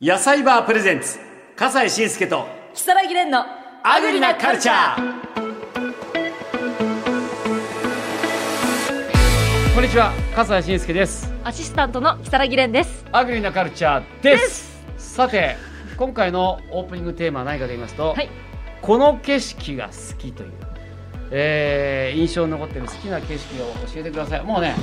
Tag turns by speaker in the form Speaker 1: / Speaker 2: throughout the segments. Speaker 1: 野菜バープレゼンツ笠西慎介と
Speaker 2: 木更木蓮の
Speaker 1: アグリなカルチャーこんにちは笠西慎介です
Speaker 2: アシスタントの木更木蓮です
Speaker 1: アグリなカルチャーですさて今回のオープニングテーマは何かと言いますと、
Speaker 2: はい
Speaker 1: この景色が好きという、えー印象に残ってる好きな景色を教えてくださいもうね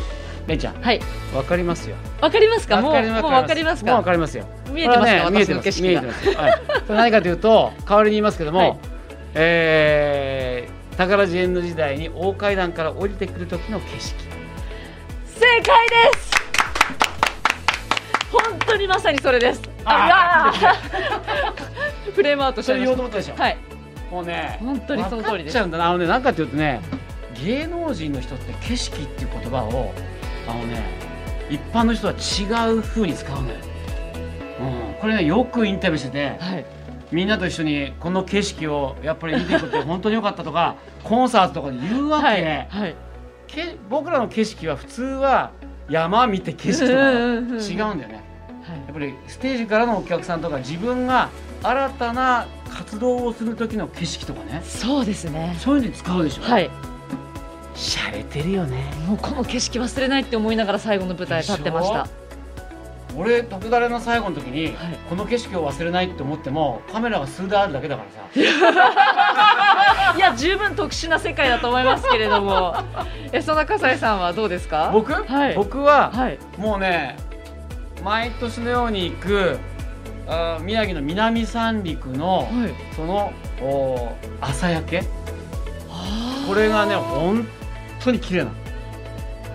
Speaker 1: れいちゃん
Speaker 2: はい
Speaker 1: わかりますよ
Speaker 2: わかりますかもう
Speaker 1: わ
Speaker 2: も
Speaker 1: か
Speaker 2: う
Speaker 1: ります
Speaker 2: わかります
Speaker 1: もうわ
Speaker 2: か
Speaker 1: かりますよ
Speaker 2: 見えてますか、
Speaker 1: これはね見え
Speaker 2: 私
Speaker 1: て
Speaker 2: の
Speaker 1: ま
Speaker 2: 景
Speaker 1: す見
Speaker 2: 色
Speaker 1: え
Speaker 2: が
Speaker 1: てますよ、はい、それ何かというと代わりに言いますけども、
Speaker 2: はい
Speaker 1: えー、宝ジエンヌ時代に大階段から降りてくる時の景色
Speaker 2: 正解です本当にまさにそれです
Speaker 1: あ
Speaker 2: あいやーフレームアウトしち
Speaker 1: そ
Speaker 2: ゃ
Speaker 1: れ
Speaker 2: いま
Speaker 1: 言おうと思
Speaker 2: し
Speaker 1: ったでしょ、
Speaker 2: たはい
Speaker 1: もうね
Speaker 2: 本当にその通りで
Speaker 1: 分かっ
Speaker 2: す
Speaker 1: ちゃうんだなあのね何かというとね芸能人の人って景色っていう言葉をあのね一般の人は違う風に使うのよ、うん、これねよくインタビューしてて
Speaker 2: はい
Speaker 1: みんなと一緒にこの景色をやっぱり見ていくって本当に良かったと かコンサートとかで言うわけ、
Speaker 2: はいはい
Speaker 1: け僕らの景色は普通は山見て景色と
Speaker 2: うんうんうん
Speaker 1: か違うんだよねやっぱりステージからのお客さんとか自分が新たな活動をする時の景色とかね
Speaker 2: そうですね
Speaker 1: そういうのに使うでしょ
Speaker 2: はい
Speaker 1: しゃれてるよね
Speaker 2: もうこの景色忘れないって思いながら最後の舞台立ってました
Speaker 1: で俺特ダレの最後の時に、
Speaker 2: はい
Speaker 1: この景色を忘れないって思ってもカメラが数台あるだけだからさ
Speaker 2: いや十分特殊な世界だと思いますけれ どもえそんな笠井さんはどうですか
Speaker 1: 僕、
Speaker 2: はい
Speaker 1: 僕は、
Speaker 2: はい
Speaker 1: もうね毎年のように行くあー宮城の南三陸の
Speaker 2: はい
Speaker 1: そのお朝焼けこ
Speaker 2: こ
Speaker 1: れがね本当に綺麗なの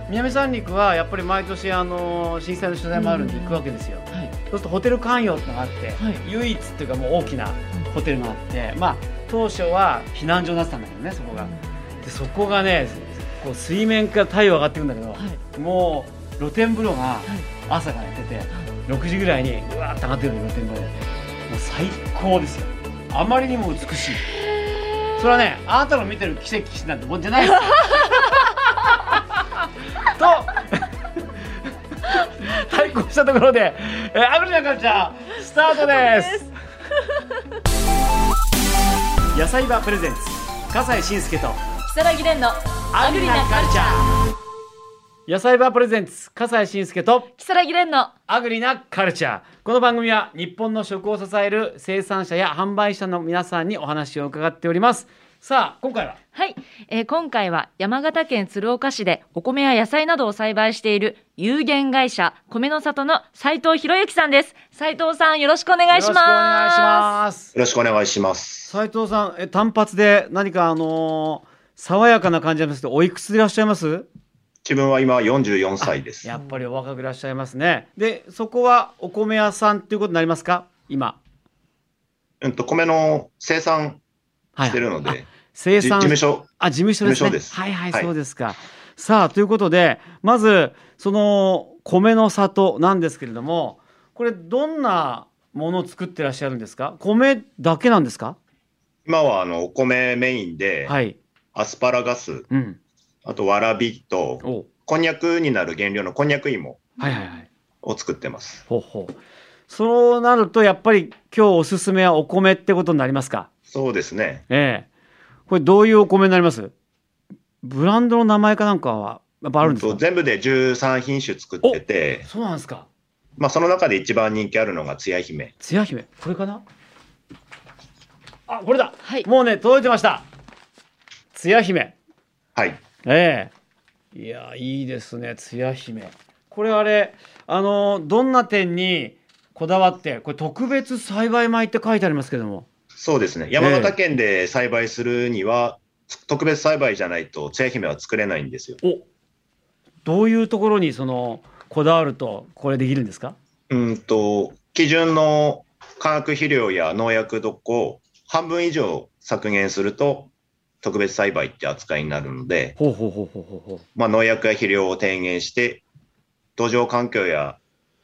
Speaker 1: 南三陸はやっぱり毎年あの震災の取材もあるんで
Speaker 2: うん
Speaker 1: 行くわけですよ、
Speaker 2: はい
Speaker 1: そうするとホテル関与ってのがあって、
Speaker 2: はい
Speaker 1: 唯一っていうかもう大きなホテルがあってまあ当初は避難所になってたんだけどねそこが、でそこがねこう水面から太陽上がってくんだけど、
Speaker 2: はい
Speaker 1: もう露天風呂が
Speaker 2: い
Speaker 1: 朝からやってて、6時ぐらいにうわーっと上がってくる露天風呂でもう最高ですよあまりにも美しいそれはねあなたの見てる奇跡なんてもんじゃないです よと対抗したところで、えー、アグリなカルチャースタートです野菜場プレゼンツ笠西慎介と
Speaker 2: 如月蓮のアグリなカルチ
Speaker 1: ャー野菜場プレゼンツ笠西慎介と
Speaker 2: 如月蓮の
Speaker 1: アグリなカルチャーこの番組は日本の食を支える生産者や販売者の皆さんにお話を伺っておりますさあ今回は
Speaker 2: はい、えー今回は山形県鶴岡市でお米や野菜などを栽培している有限会社米の里の斉藤博之さんです斉藤さんよろしくお願いし
Speaker 1: よろ
Speaker 2: ます
Speaker 1: しくお願いします
Speaker 3: よろしくお願いします。
Speaker 1: 斉藤さんえ単発で何かあのー爽やかな感じがしますけどおいくつでいらっしゃいます
Speaker 3: 自分は今44歳です。
Speaker 1: やっぱりお若くいらっしゃいますねでそこはお米屋さんっていうことになりますか今
Speaker 3: うんと米の生産
Speaker 1: は
Speaker 3: してるので、
Speaker 1: あ生
Speaker 3: じ事
Speaker 1: 産
Speaker 3: 務所。
Speaker 1: あ、事務所ですね。
Speaker 3: 事務所です
Speaker 1: はいはい、
Speaker 3: はい
Speaker 1: そうですか。さあ、ということで、まず、その、米の里なんですけれども、これ、どんなものを作ってらっしゃるんですか米だけなんですか
Speaker 3: 今はあのお米メインで、
Speaker 1: はい。
Speaker 3: アスパラガス、
Speaker 1: うん。
Speaker 3: あとわらびと、
Speaker 1: お
Speaker 3: こんにゃくになる原料のこんにゃく芋
Speaker 1: はいはいはい。
Speaker 3: を作ってます。
Speaker 1: ほうほう。そうなると、やっぱり今日おすすめはお米ってことになりますか
Speaker 3: そうですね。
Speaker 1: ええこれ、どういうお米になりますブランドの名前かなんかは、やっぱあるんです
Speaker 3: う
Speaker 1: か
Speaker 3: んと全部で13品種作ってて、
Speaker 1: そうなんですか。
Speaker 3: まあその中で一番人気あるのがつや姫。
Speaker 1: つや姫、これかなあ、これだ
Speaker 2: はい
Speaker 1: もうね、届いてました。つや姫。
Speaker 3: はい。
Speaker 1: ええいや、いいですね、つや姫。これあれ、あの、どんな点にこだわって、これ特別栽培米って書いてありますけども。
Speaker 3: そうですね。山形県で栽培するには、つ特別栽培じゃないとつや姫は作れないんですよ。
Speaker 1: おどういうところにその、こだわると、これできるんですか
Speaker 3: うんと基準の化学肥料や農薬どこを半分以上削減すると特別栽培って扱いになるので、
Speaker 1: ほうほうほうほうほうほう。
Speaker 3: まあ、農薬や肥料を低減して土壌環境や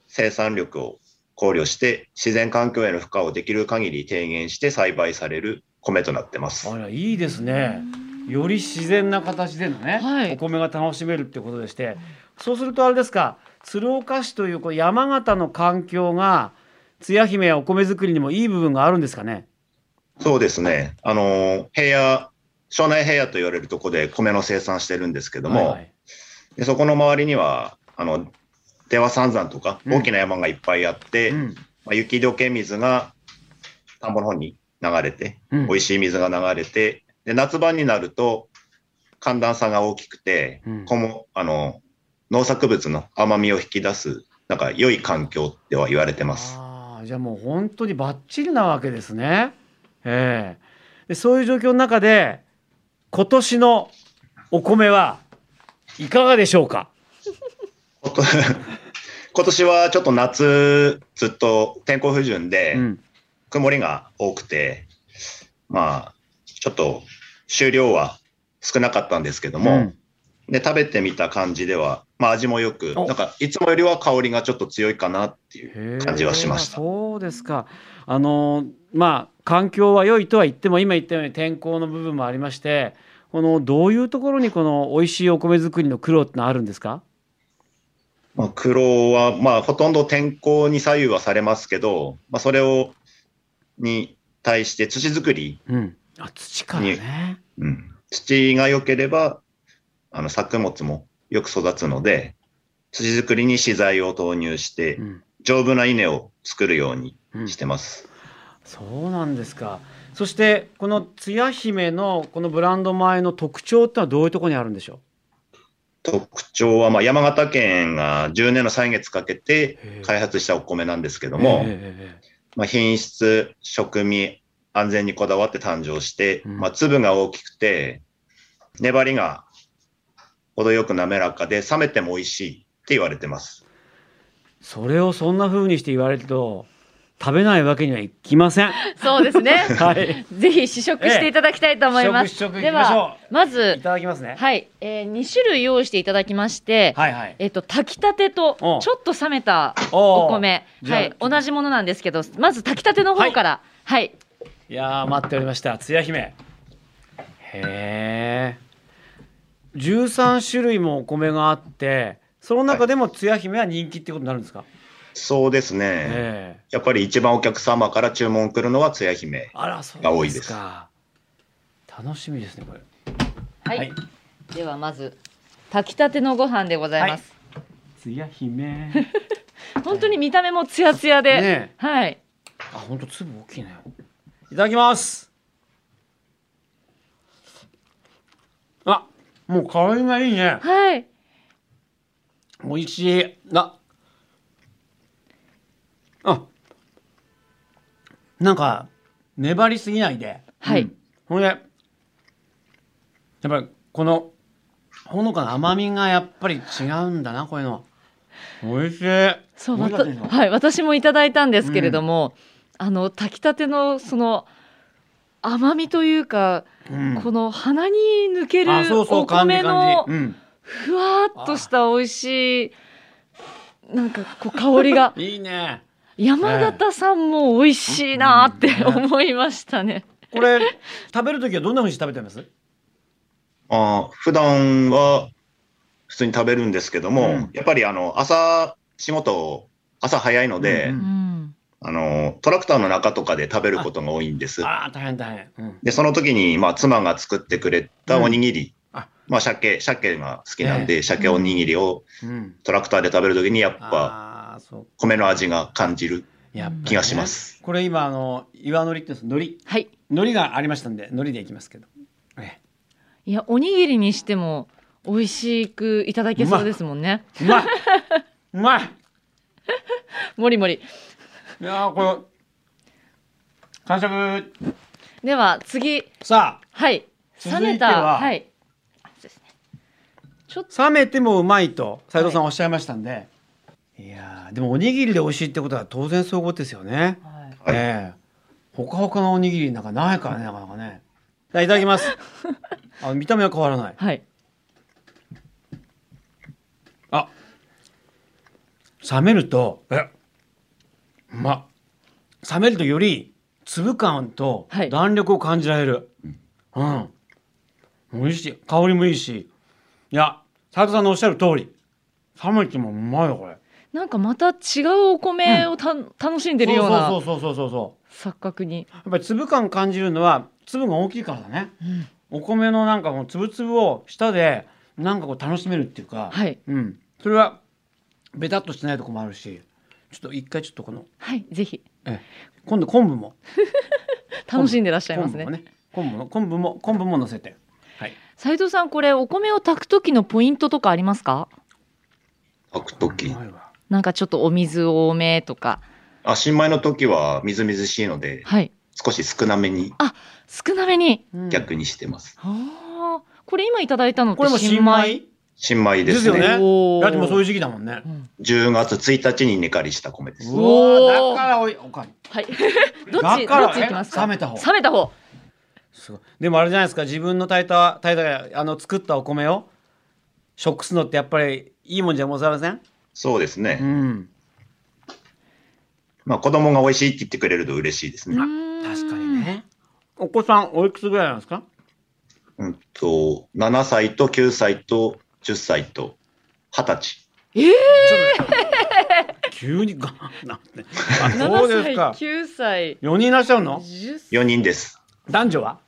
Speaker 3: 生産力を考慮して自然環境への負荷をできる限り低減して栽培される米となってます
Speaker 1: あらいいですね。より自然な形でのね、
Speaker 2: はい
Speaker 1: お米が楽しめるってことでして、そうするとあれですか、鶴岡市というこう山形の環境がつや姫やお米作りにもいい部分があるんですかね
Speaker 3: そうですね。あの、平野、庄内平野と言われるとこで米の生産してるんですけども、
Speaker 1: はいはい
Speaker 3: でそこの周りには、あの、出羽三山とか
Speaker 1: うん
Speaker 3: 大きな山がいっぱいあって、
Speaker 1: うん
Speaker 3: まあ、雪解け水が田んぼの方に流れて、
Speaker 1: うん
Speaker 3: 美味しい水が流れて、で夏場になると寒暖差が大きくて、
Speaker 1: うん
Speaker 3: こもあの農作物の甘みを引き出す、なんか良い環境では言われてます。
Speaker 1: ああじゃあもう本当にバッチリなわけですね。ええでそういう状況の中で今年のお米はいかがでしょうか。
Speaker 3: こと 今年はちょっと夏、ずっと天候不順で、
Speaker 1: うん
Speaker 3: 曇りが多くて、まあ、ちょっと収量は少なかったんですけども、
Speaker 1: うん
Speaker 3: で食べてみた感じでは、まあ、味もよく、
Speaker 1: お
Speaker 3: なんかいつもよりは香りがちょっと強いかなってい
Speaker 1: へ
Speaker 3: う。
Speaker 1: え
Speaker 3: 感じはしました
Speaker 1: そうですか。あのまあ環境は良いとは言っても今言ったように天候の部分もありまして、このどういうところにこの美味しいお米作りの苦労ってのはあるんですか。
Speaker 3: まあ、苦労は、まあ、ほとんど天候に左右はされますけど、まあ、それをに対して土作り、
Speaker 1: うん。あ土からね。
Speaker 3: うん、土が良ければあの作物もよく育つので土作りに資材を投入して
Speaker 1: うん
Speaker 3: 丈夫な稲を作るように
Speaker 1: うん
Speaker 3: してます。
Speaker 1: そうなんですか。そしてこのつや姫のこのブランド米の特徴ってのはどういうところにあるんでしょ
Speaker 3: 特徴は、まあ、山形県が10年の歳月かけ
Speaker 1: へえ
Speaker 3: て開発したお米なんですけ
Speaker 1: う。
Speaker 3: ども、
Speaker 1: ええ
Speaker 3: まあ、品質、食味、安全にこだわって誕生して、
Speaker 1: うん
Speaker 3: まあ、粒が大きくて、粘りが程よく滑らかで、冷めても美味しいって言われてます。
Speaker 1: それをそんな風にして言われると食べないわけにはいきま せん。
Speaker 2: そうですね。
Speaker 1: はい。
Speaker 2: ぜひ試食していただきたいと思います。
Speaker 1: 試食試食
Speaker 2: で
Speaker 1: 行きましょ
Speaker 2: はま
Speaker 1: う。い
Speaker 2: ず
Speaker 1: ただきますね。
Speaker 2: はい、えー、2種類用意していただきまして、
Speaker 1: はいはい。
Speaker 2: えっと炊きたてとち
Speaker 1: う
Speaker 2: ょ
Speaker 1: ん
Speaker 2: っと冷めた
Speaker 1: お
Speaker 2: お
Speaker 1: ー
Speaker 2: 米、
Speaker 1: じゃあ
Speaker 2: はい、同じものなんですけど、まず炊きたての方から、はい、
Speaker 1: いやー待っておりました。つや姫。へえ。十三種類もお米があって、その中でもつや姫は人気ってことになるんですか。
Speaker 3: そうですね。
Speaker 1: ええ。
Speaker 3: やっぱり一番お客様から注文来るのはつや姫。
Speaker 1: あらそう
Speaker 3: が多
Speaker 1: で
Speaker 3: いですす
Speaker 1: か。楽しみですねこれ。
Speaker 2: はい、
Speaker 1: はい
Speaker 2: ではまず炊きたてのご飯でございます。
Speaker 1: つや 姫。
Speaker 2: 本当に見た目もツヤツヤ
Speaker 1: ね
Speaker 2: で、
Speaker 1: え
Speaker 2: はい、
Speaker 1: あ、本当粒大きいね。いただきます。あ、もう香りがいいね。
Speaker 2: はい、
Speaker 1: 美味しい。な。あ。なんか。粘りすぎないで。
Speaker 2: はい
Speaker 1: うんほんで。やっぱり、この。ほのかな甘みがやっぱり違うんだな、こういうの。美味しい。
Speaker 2: そう、
Speaker 1: 美
Speaker 2: わ
Speaker 1: 味しか
Speaker 2: た
Speaker 1: ったでしょ
Speaker 2: はい、私もいただいたんですけれども、あの炊きたてのその甘みというか、
Speaker 1: うん
Speaker 2: この鼻に抜ける
Speaker 1: あ、そうそう、
Speaker 2: お
Speaker 1: 感じ
Speaker 2: 米
Speaker 1: 感
Speaker 2: の
Speaker 1: じ。うん。
Speaker 2: ふわーっとした美味しいなんかこう香り が
Speaker 1: いいね。
Speaker 2: 山形さんも美味しいなーって思いましたね。
Speaker 1: これ 食べるときはどんなふうにして食べてます？
Speaker 3: あー普段は普通に食べるんですけども、
Speaker 1: うん
Speaker 3: やっぱりあの朝仕事朝早いので、
Speaker 1: うん
Speaker 2: うん、
Speaker 3: あのトラクターの中とかで食べることが多いんです。
Speaker 1: ああ大変大変。うん。
Speaker 3: で、その時に、まあ、妻が作ってくれたおにぎり、
Speaker 1: うんあ
Speaker 3: まあ、鮭、鮭が好きなんで、鮭おにぎりを
Speaker 1: うん。
Speaker 3: トラクターで食べる時に、やっぱ、
Speaker 1: ああそう
Speaker 3: 米の味が感じる
Speaker 1: やっぱりね
Speaker 3: 気がしま。す。
Speaker 1: これ今あの岩のりって言うんですのり
Speaker 2: はい
Speaker 1: のりがありましたんでのりでいきますけど。え
Speaker 2: いやおにぎりにしても美味しくいただけそうですもんね。
Speaker 1: えうまいうまい。
Speaker 2: もりもり。
Speaker 1: いやーこれ完食。
Speaker 2: では次
Speaker 1: さあ
Speaker 2: はい
Speaker 1: 続い
Speaker 2: 冷
Speaker 1: ては
Speaker 2: めたはい
Speaker 1: 冷めてもうまいと斉藤さん
Speaker 2: は
Speaker 1: おっしゃいましたんで。いやーでもおにぎりで美味しいってことは当然そういうことですよね。
Speaker 2: はい
Speaker 3: はい
Speaker 1: ええほかほかのおにぎりなんかないからね、なかなかね。じゃあいただき ます。あ、見た目は変わらない。
Speaker 2: はい
Speaker 1: あ。冷めると。え。うまっ。冷めるとより粒感と
Speaker 2: はい
Speaker 1: 弾力を感じられる。うん。美味しい。香りもいいし。いや、斉藤さんのおっしゃる通り。冷めてもうまいよ、これ。
Speaker 2: なんかまた違うお米をた、楽しんでるよう
Speaker 1: そ
Speaker 2: な
Speaker 1: うそうそうそうそうそ
Speaker 2: 錯覚に
Speaker 1: う。やっぱり粒感感じるのは粒が大きいからだね。
Speaker 2: うん
Speaker 1: お米のなんかこの粒々を舌でなんかこう楽しめるっていうか、
Speaker 2: はい
Speaker 1: うん、それはベタっとしてないとこもあるしちょっと一回ちょっとこの
Speaker 2: はいぜひ
Speaker 1: 今度昆布も
Speaker 2: 楽しんでらっしゃいま
Speaker 1: 昆
Speaker 2: す
Speaker 1: 布
Speaker 2: ね
Speaker 1: もね昆布も昆布も昆布も乗せて、はい、
Speaker 2: 斉藤さんこれお米を炊く時のポイントとかありますか
Speaker 3: 炊く時
Speaker 1: うまいわ
Speaker 2: なんかちょっとお水多めとか
Speaker 3: あ、新米の時はみずみずしいので、
Speaker 2: はい
Speaker 3: 少し少なめに
Speaker 2: 少なめに
Speaker 1: うん
Speaker 3: 逆にしてます。
Speaker 2: あーこれ今いただいたのっ
Speaker 1: これ
Speaker 2: て
Speaker 1: も
Speaker 2: 新
Speaker 1: 新
Speaker 2: 米
Speaker 1: 米
Speaker 3: 新米です
Speaker 1: です
Speaker 3: ね。
Speaker 1: よね
Speaker 2: おー
Speaker 1: だってもうそういう時期だもんね
Speaker 2: うん
Speaker 3: 10月1日に寝かりした米です。
Speaker 1: う
Speaker 2: お
Speaker 1: わ
Speaker 2: ー
Speaker 1: だからおいおかん
Speaker 2: はい どっ
Speaker 1: だ
Speaker 2: ち
Speaker 1: か
Speaker 2: ど
Speaker 1: ら
Speaker 2: っちいきますか
Speaker 1: え冷めた方
Speaker 2: 冷めた方
Speaker 1: すごいでもあれじゃないですか自分の炊いた炊いたあの作ったお米を食すのってやっぱりいいもんじゃございません
Speaker 3: そうですね。
Speaker 1: うん
Speaker 3: まあ子供が美味しいって言ってくれると嬉しいですね。
Speaker 1: 確
Speaker 2: 確
Speaker 1: かにねお子さんおいくつぐらいなんですか
Speaker 3: うんと、7歳と9歳と10歳と20歳。
Speaker 1: ちょっとね急にガーンなんて。あそうです
Speaker 2: 7
Speaker 1: か。
Speaker 2: 歳9歳
Speaker 1: 4人いらっしゃるの
Speaker 2: 10歳
Speaker 3: 4人です。
Speaker 1: 男女は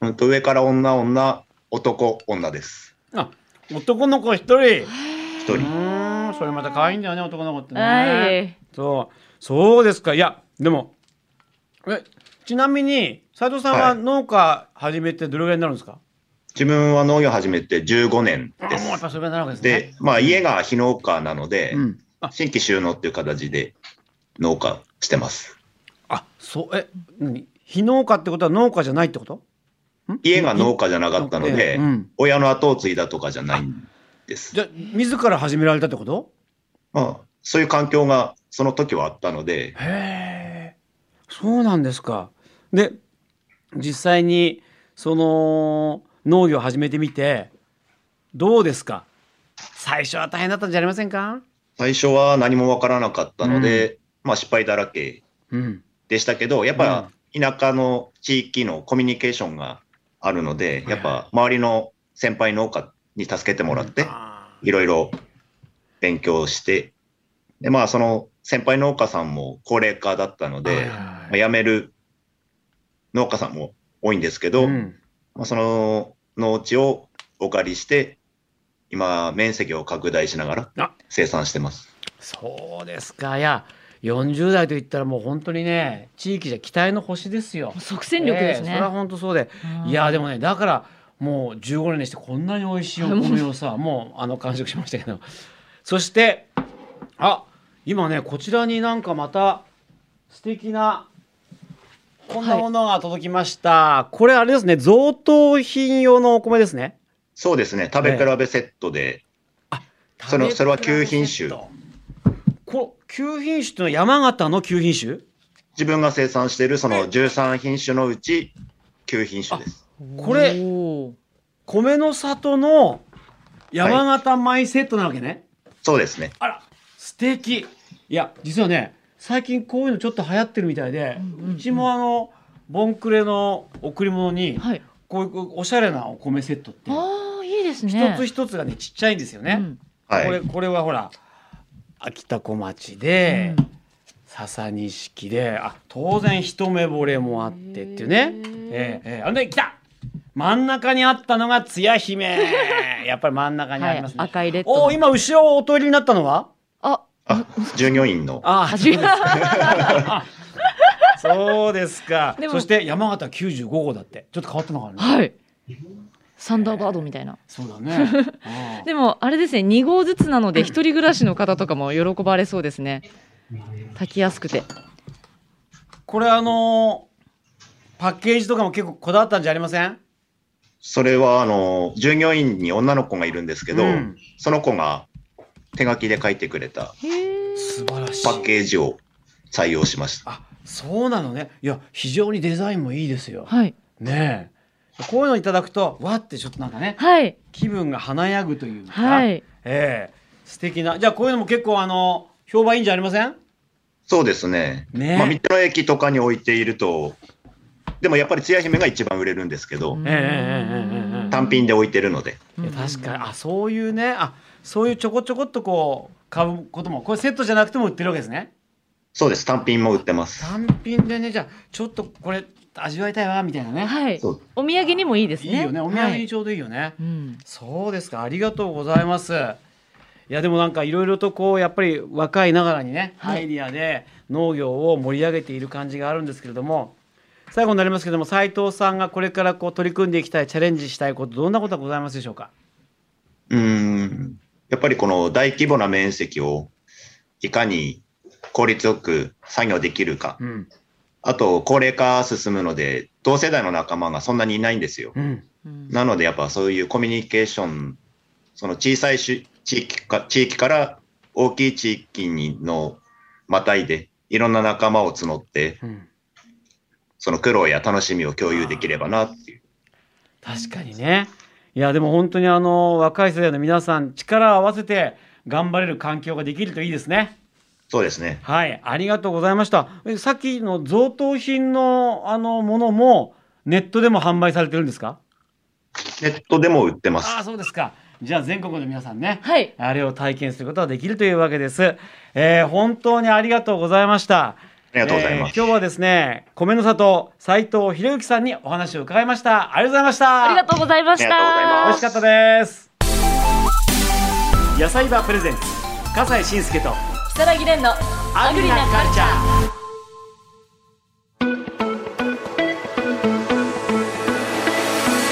Speaker 3: うんと、上から女、女、男、女です。
Speaker 1: あ男の子1人。う
Speaker 3: 1人。
Speaker 1: ーん、それまた可愛いんだよね、男の子ってね。
Speaker 2: はい
Speaker 1: そう、そうですか。いや、でも、えちなみに、斉藤さん
Speaker 3: は
Speaker 1: はい農家始めてどれぐらいになるんですか、
Speaker 3: 自分は農業始めて15年
Speaker 1: あ
Speaker 3: で
Speaker 1: もうやっぱ
Speaker 3: す。
Speaker 1: それぐらいになるわけですね。
Speaker 3: で、まあ家が非農家なので、
Speaker 1: うん。あ、
Speaker 3: 新規収納っていう形で農家してます。
Speaker 1: あそう、え、何非農家ってことは農家じゃないってこと
Speaker 3: 家が農
Speaker 1: 家
Speaker 3: 家じゃなかったので、
Speaker 1: うん、
Speaker 3: 親の後を継いだとかじゃないんです。
Speaker 1: じゃあ、自ら始められたってこと
Speaker 3: まあ、そういう環境がその時はあったので、
Speaker 1: へえ、そうなんですか。で、実際にその農業を始めてみてどうですか。最初は大変だったんじゃありませんか。
Speaker 3: 最初は何もわからなかったので、まあ失敗だらけ
Speaker 1: うん。
Speaker 3: でしたけど、やっぱ田舎の地域のコミュニケーションがあるので、やっぱ周りの先輩農家に助けてもらって、
Speaker 1: あ
Speaker 3: いろいろ勉強して、で、まあその先輩農家さんも高齢化だったの
Speaker 1: ーはい
Speaker 3: で、
Speaker 1: はい
Speaker 3: ま
Speaker 1: は
Speaker 3: あ
Speaker 1: い
Speaker 3: 辞める農家さんも多いんですけど、
Speaker 1: うん
Speaker 3: まあ、その農地をお借りして、今、面積を拡大しなが
Speaker 1: あ
Speaker 3: ら生産してます。
Speaker 1: そうですか。いや、40代と言ったらもう本当にね、地域じゃ期待の星ですよ。
Speaker 2: 即戦力です
Speaker 1: ええそ
Speaker 2: ね
Speaker 1: れは本当そうで、
Speaker 2: うん
Speaker 1: いやでもねだからもう15年にしてこんなに美味しいお米をさもうあの完食しましたけどそしてあ今ねこちらになんかまた素敵なこんなものが届きました、これあれですね贈答品用のお米ですね
Speaker 3: そうですね、食べ比べセットで、そのそれは旧品種
Speaker 1: こ旧品種ってのは山形の旧品種
Speaker 3: 自分が生産しているその13品種のうち9品種です。
Speaker 1: これ
Speaker 2: おー
Speaker 1: 米の里の山形米セットなわけね、
Speaker 3: そうですね。
Speaker 1: あら素敵いや実はね最近こういうのちょっと流行ってるみたいで、う
Speaker 2: うんうん
Speaker 1: ちもあのボンクレの贈り物に
Speaker 2: はい
Speaker 1: こういうおしゃれなお米セットって
Speaker 2: ああいいですね
Speaker 1: 一つ一つがねちっちゃいんですよ
Speaker 2: う
Speaker 1: ね。
Speaker 2: ん
Speaker 3: は
Speaker 1: これ
Speaker 3: い。
Speaker 1: これはほら秋田小町で
Speaker 2: うん
Speaker 1: 笹錦であ当然一目惚れもあってっていうね
Speaker 2: へー
Speaker 1: ええええあのね来た真ん中にあったのがつや 姫やっぱり真ん中にあ
Speaker 2: は
Speaker 1: りま
Speaker 2: い
Speaker 1: すね、
Speaker 2: 赤いレッド
Speaker 1: お
Speaker 2: の
Speaker 1: お今後ろをお通りになったのは
Speaker 2: あ
Speaker 3: あ、従業員の。
Speaker 1: あ
Speaker 2: 初めて
Speaker 1: そうですか
Speaker 2: で。も
Speaker 1: そして山形九十五号だって、ちょっと変わったのかな。
Speaker 2: はい。サンダーバードみたいな。
Speaker 1: そうだね。うん
Speaker 2: でもあれですね、2号ずつなので一人暮らしの方とかも喜ばれそうですね。炊きやすくて。
Speaker 1: これあのーパッケージとかも結構こだわったんじゃありません。
Speaker 3: それは、あの、従業員に女の子がいるんですけど、
Speaker 1: うん
Speaker 3: その子が手書きで書いてくれた
Speaker 1: 素晴らしい
Speaker 3: パ。ッケージを採用しました。
Speaker 1: あ、そうなのね。いや、非常にデザインもいいですよ。
Speaker 2: はい。
Speaker 1: ねえ。こういうのいただくと、わってちょっとなんかね、
Speaker 2: はい。
Speaker 1: 気分が華やぐというか。
Speaker 2: はい。
Speaker 1: ええ素敵な。じゃあ、こういうのも結構あの評判いいんじゃありません。
Speaker 3: そうですね。
Speaker 1: ね
Speaker 3: まあ、道の駅とかに置いていると、でもやっぱりつや姫が一番売れるんですけど、
Speaker 2: うん
Speaker 1: ええええええええ
Speaker 3: 単品で置いてるので、
Speaker 1: いや確かにあそういうねあそういうちょこちょこっとこう買うこともこれセットじゃなくても売ってるわけですね
Speaker 3: そうです単品も売ってます
Speaker 1: 単品でねじゃあちょっとこれ味わいたいわみたいなね、
Speaker 2: はい
Speaker 3: そう
Speaker 2: お土産にもいいです
Speaker 1: い
Speaker 2: ね
Speaker 1: いよねお土産
Speaker 2: はい
Speaker 1: にちょうどいいよね、
Speaker 2: うん
Speaker 1: そうですかありがとうございますいやでもなんかいろいろとこうやっぱり若いながらにね、
Speaker 2: はい
Speaker 1: アイディアで農業を盛り上げている感じがあるんですけれども最後になりますけども斉藤さんがこれからこう取り組んでいきたいチャレンジしたいことどんなことがございますでしょうか
Speaker 3: うーんやっぱりこの大規模な面積をいかに効率よく作業できるか、
Speaker 1: うん
Speaker 3: あと高齢化進むので同世代の仲間がそんなにいないんですよ、
Speaker 1: うん
Speaker 2: うん
Speaker 3: なのでやっぱそういうコミュニケーションその小さいし地域か地域から大きい地域にのまたいでいろんな仲間を募って
Speaker 1: うん
Speaker 3: その苦労や楽しみを共有できればなっていう
Speaker 1: 確かにねいやでも本当にあの若い世代の皆さん力を合わせて頑張れる環境ができるといいですね
Speaker 3: そうですね
Speaker 1: はい、ありがとうございました。えさっきの贈答品のあのものもネットでも販売されてるんですか？
Speaker 3: ネットでも売ってます
Speaker 1: ああ、そうですか。じゃあ全国の皆さんね、
Speaker 2: はい
Speaker 1: あれを体験することができるというわけです。えー本当にありがとうございました。
Speaker 3: ありがとうございます、
Speaker 1: えー今日はですね、米の里斉藤博之さんにお話を伺いました。ありがとうございました。
Speaker 2: ありがとうございまし
Speaker 3: ありがとうござい
Speaker 2: た
Speaker 3: ます
Speaker 1: 美味しかったです。野菜場プレゼンツ笠西慎介と
Speaker 2: 木更木蓮のアグリなカルチャー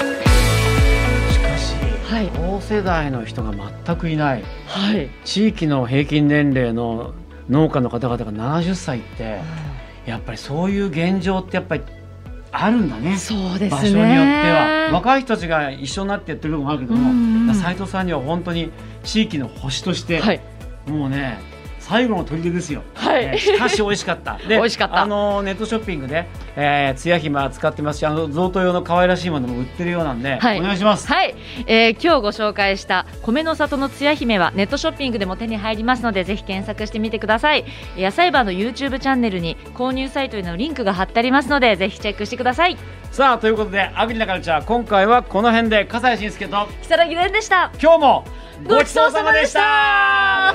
Speaker 1: しかし、
Speaker 2: はい
Speaker 1: 同世代の人が全くいない
Speaker 2: はい
Speaker 1: 地域の平均年齢の農家の方々が70歳ってやっぱりそういう現状ってやっぱりあるんだね
Speaker 2: そうですね
Speaker 1: 場所によっては若い人たちが一緒になってやってる部分もあるけども、
Speaker 2: うんうん
Speaker 1: 斉藤さんには本当に地域の星として、
Speaker 2: はい
Speaker 1: もうね最後の砦ですよ。
Speaker 2: はい
Speaker 1: ねしかし美味しか った。で
Speaker 2: 美味しかった
Speaker 1: あのネットショッピングで、えー、つやひま使ってますし、あの贈答用の可愛らしいものも売ってるようなんで、
Speaker 2: はい
Speaker 1: お願いします。
Speaker 2: はい、えー今日ご紹介した米の里のつや姫はネットショッピングでも手に入りますのでぜひ検索してみてください野菜バーの YouTube チャンネルに購入サイトへのリンクが貼ってありますのでぜひチェックしてください
Speaker 1: さあということでアグリなカルチャー今回はこの辺で笠井信介と
Speaker 2: 木更木蓮でした
Speaker 1: 今日も。
Speaker 2: ごちそうさまでした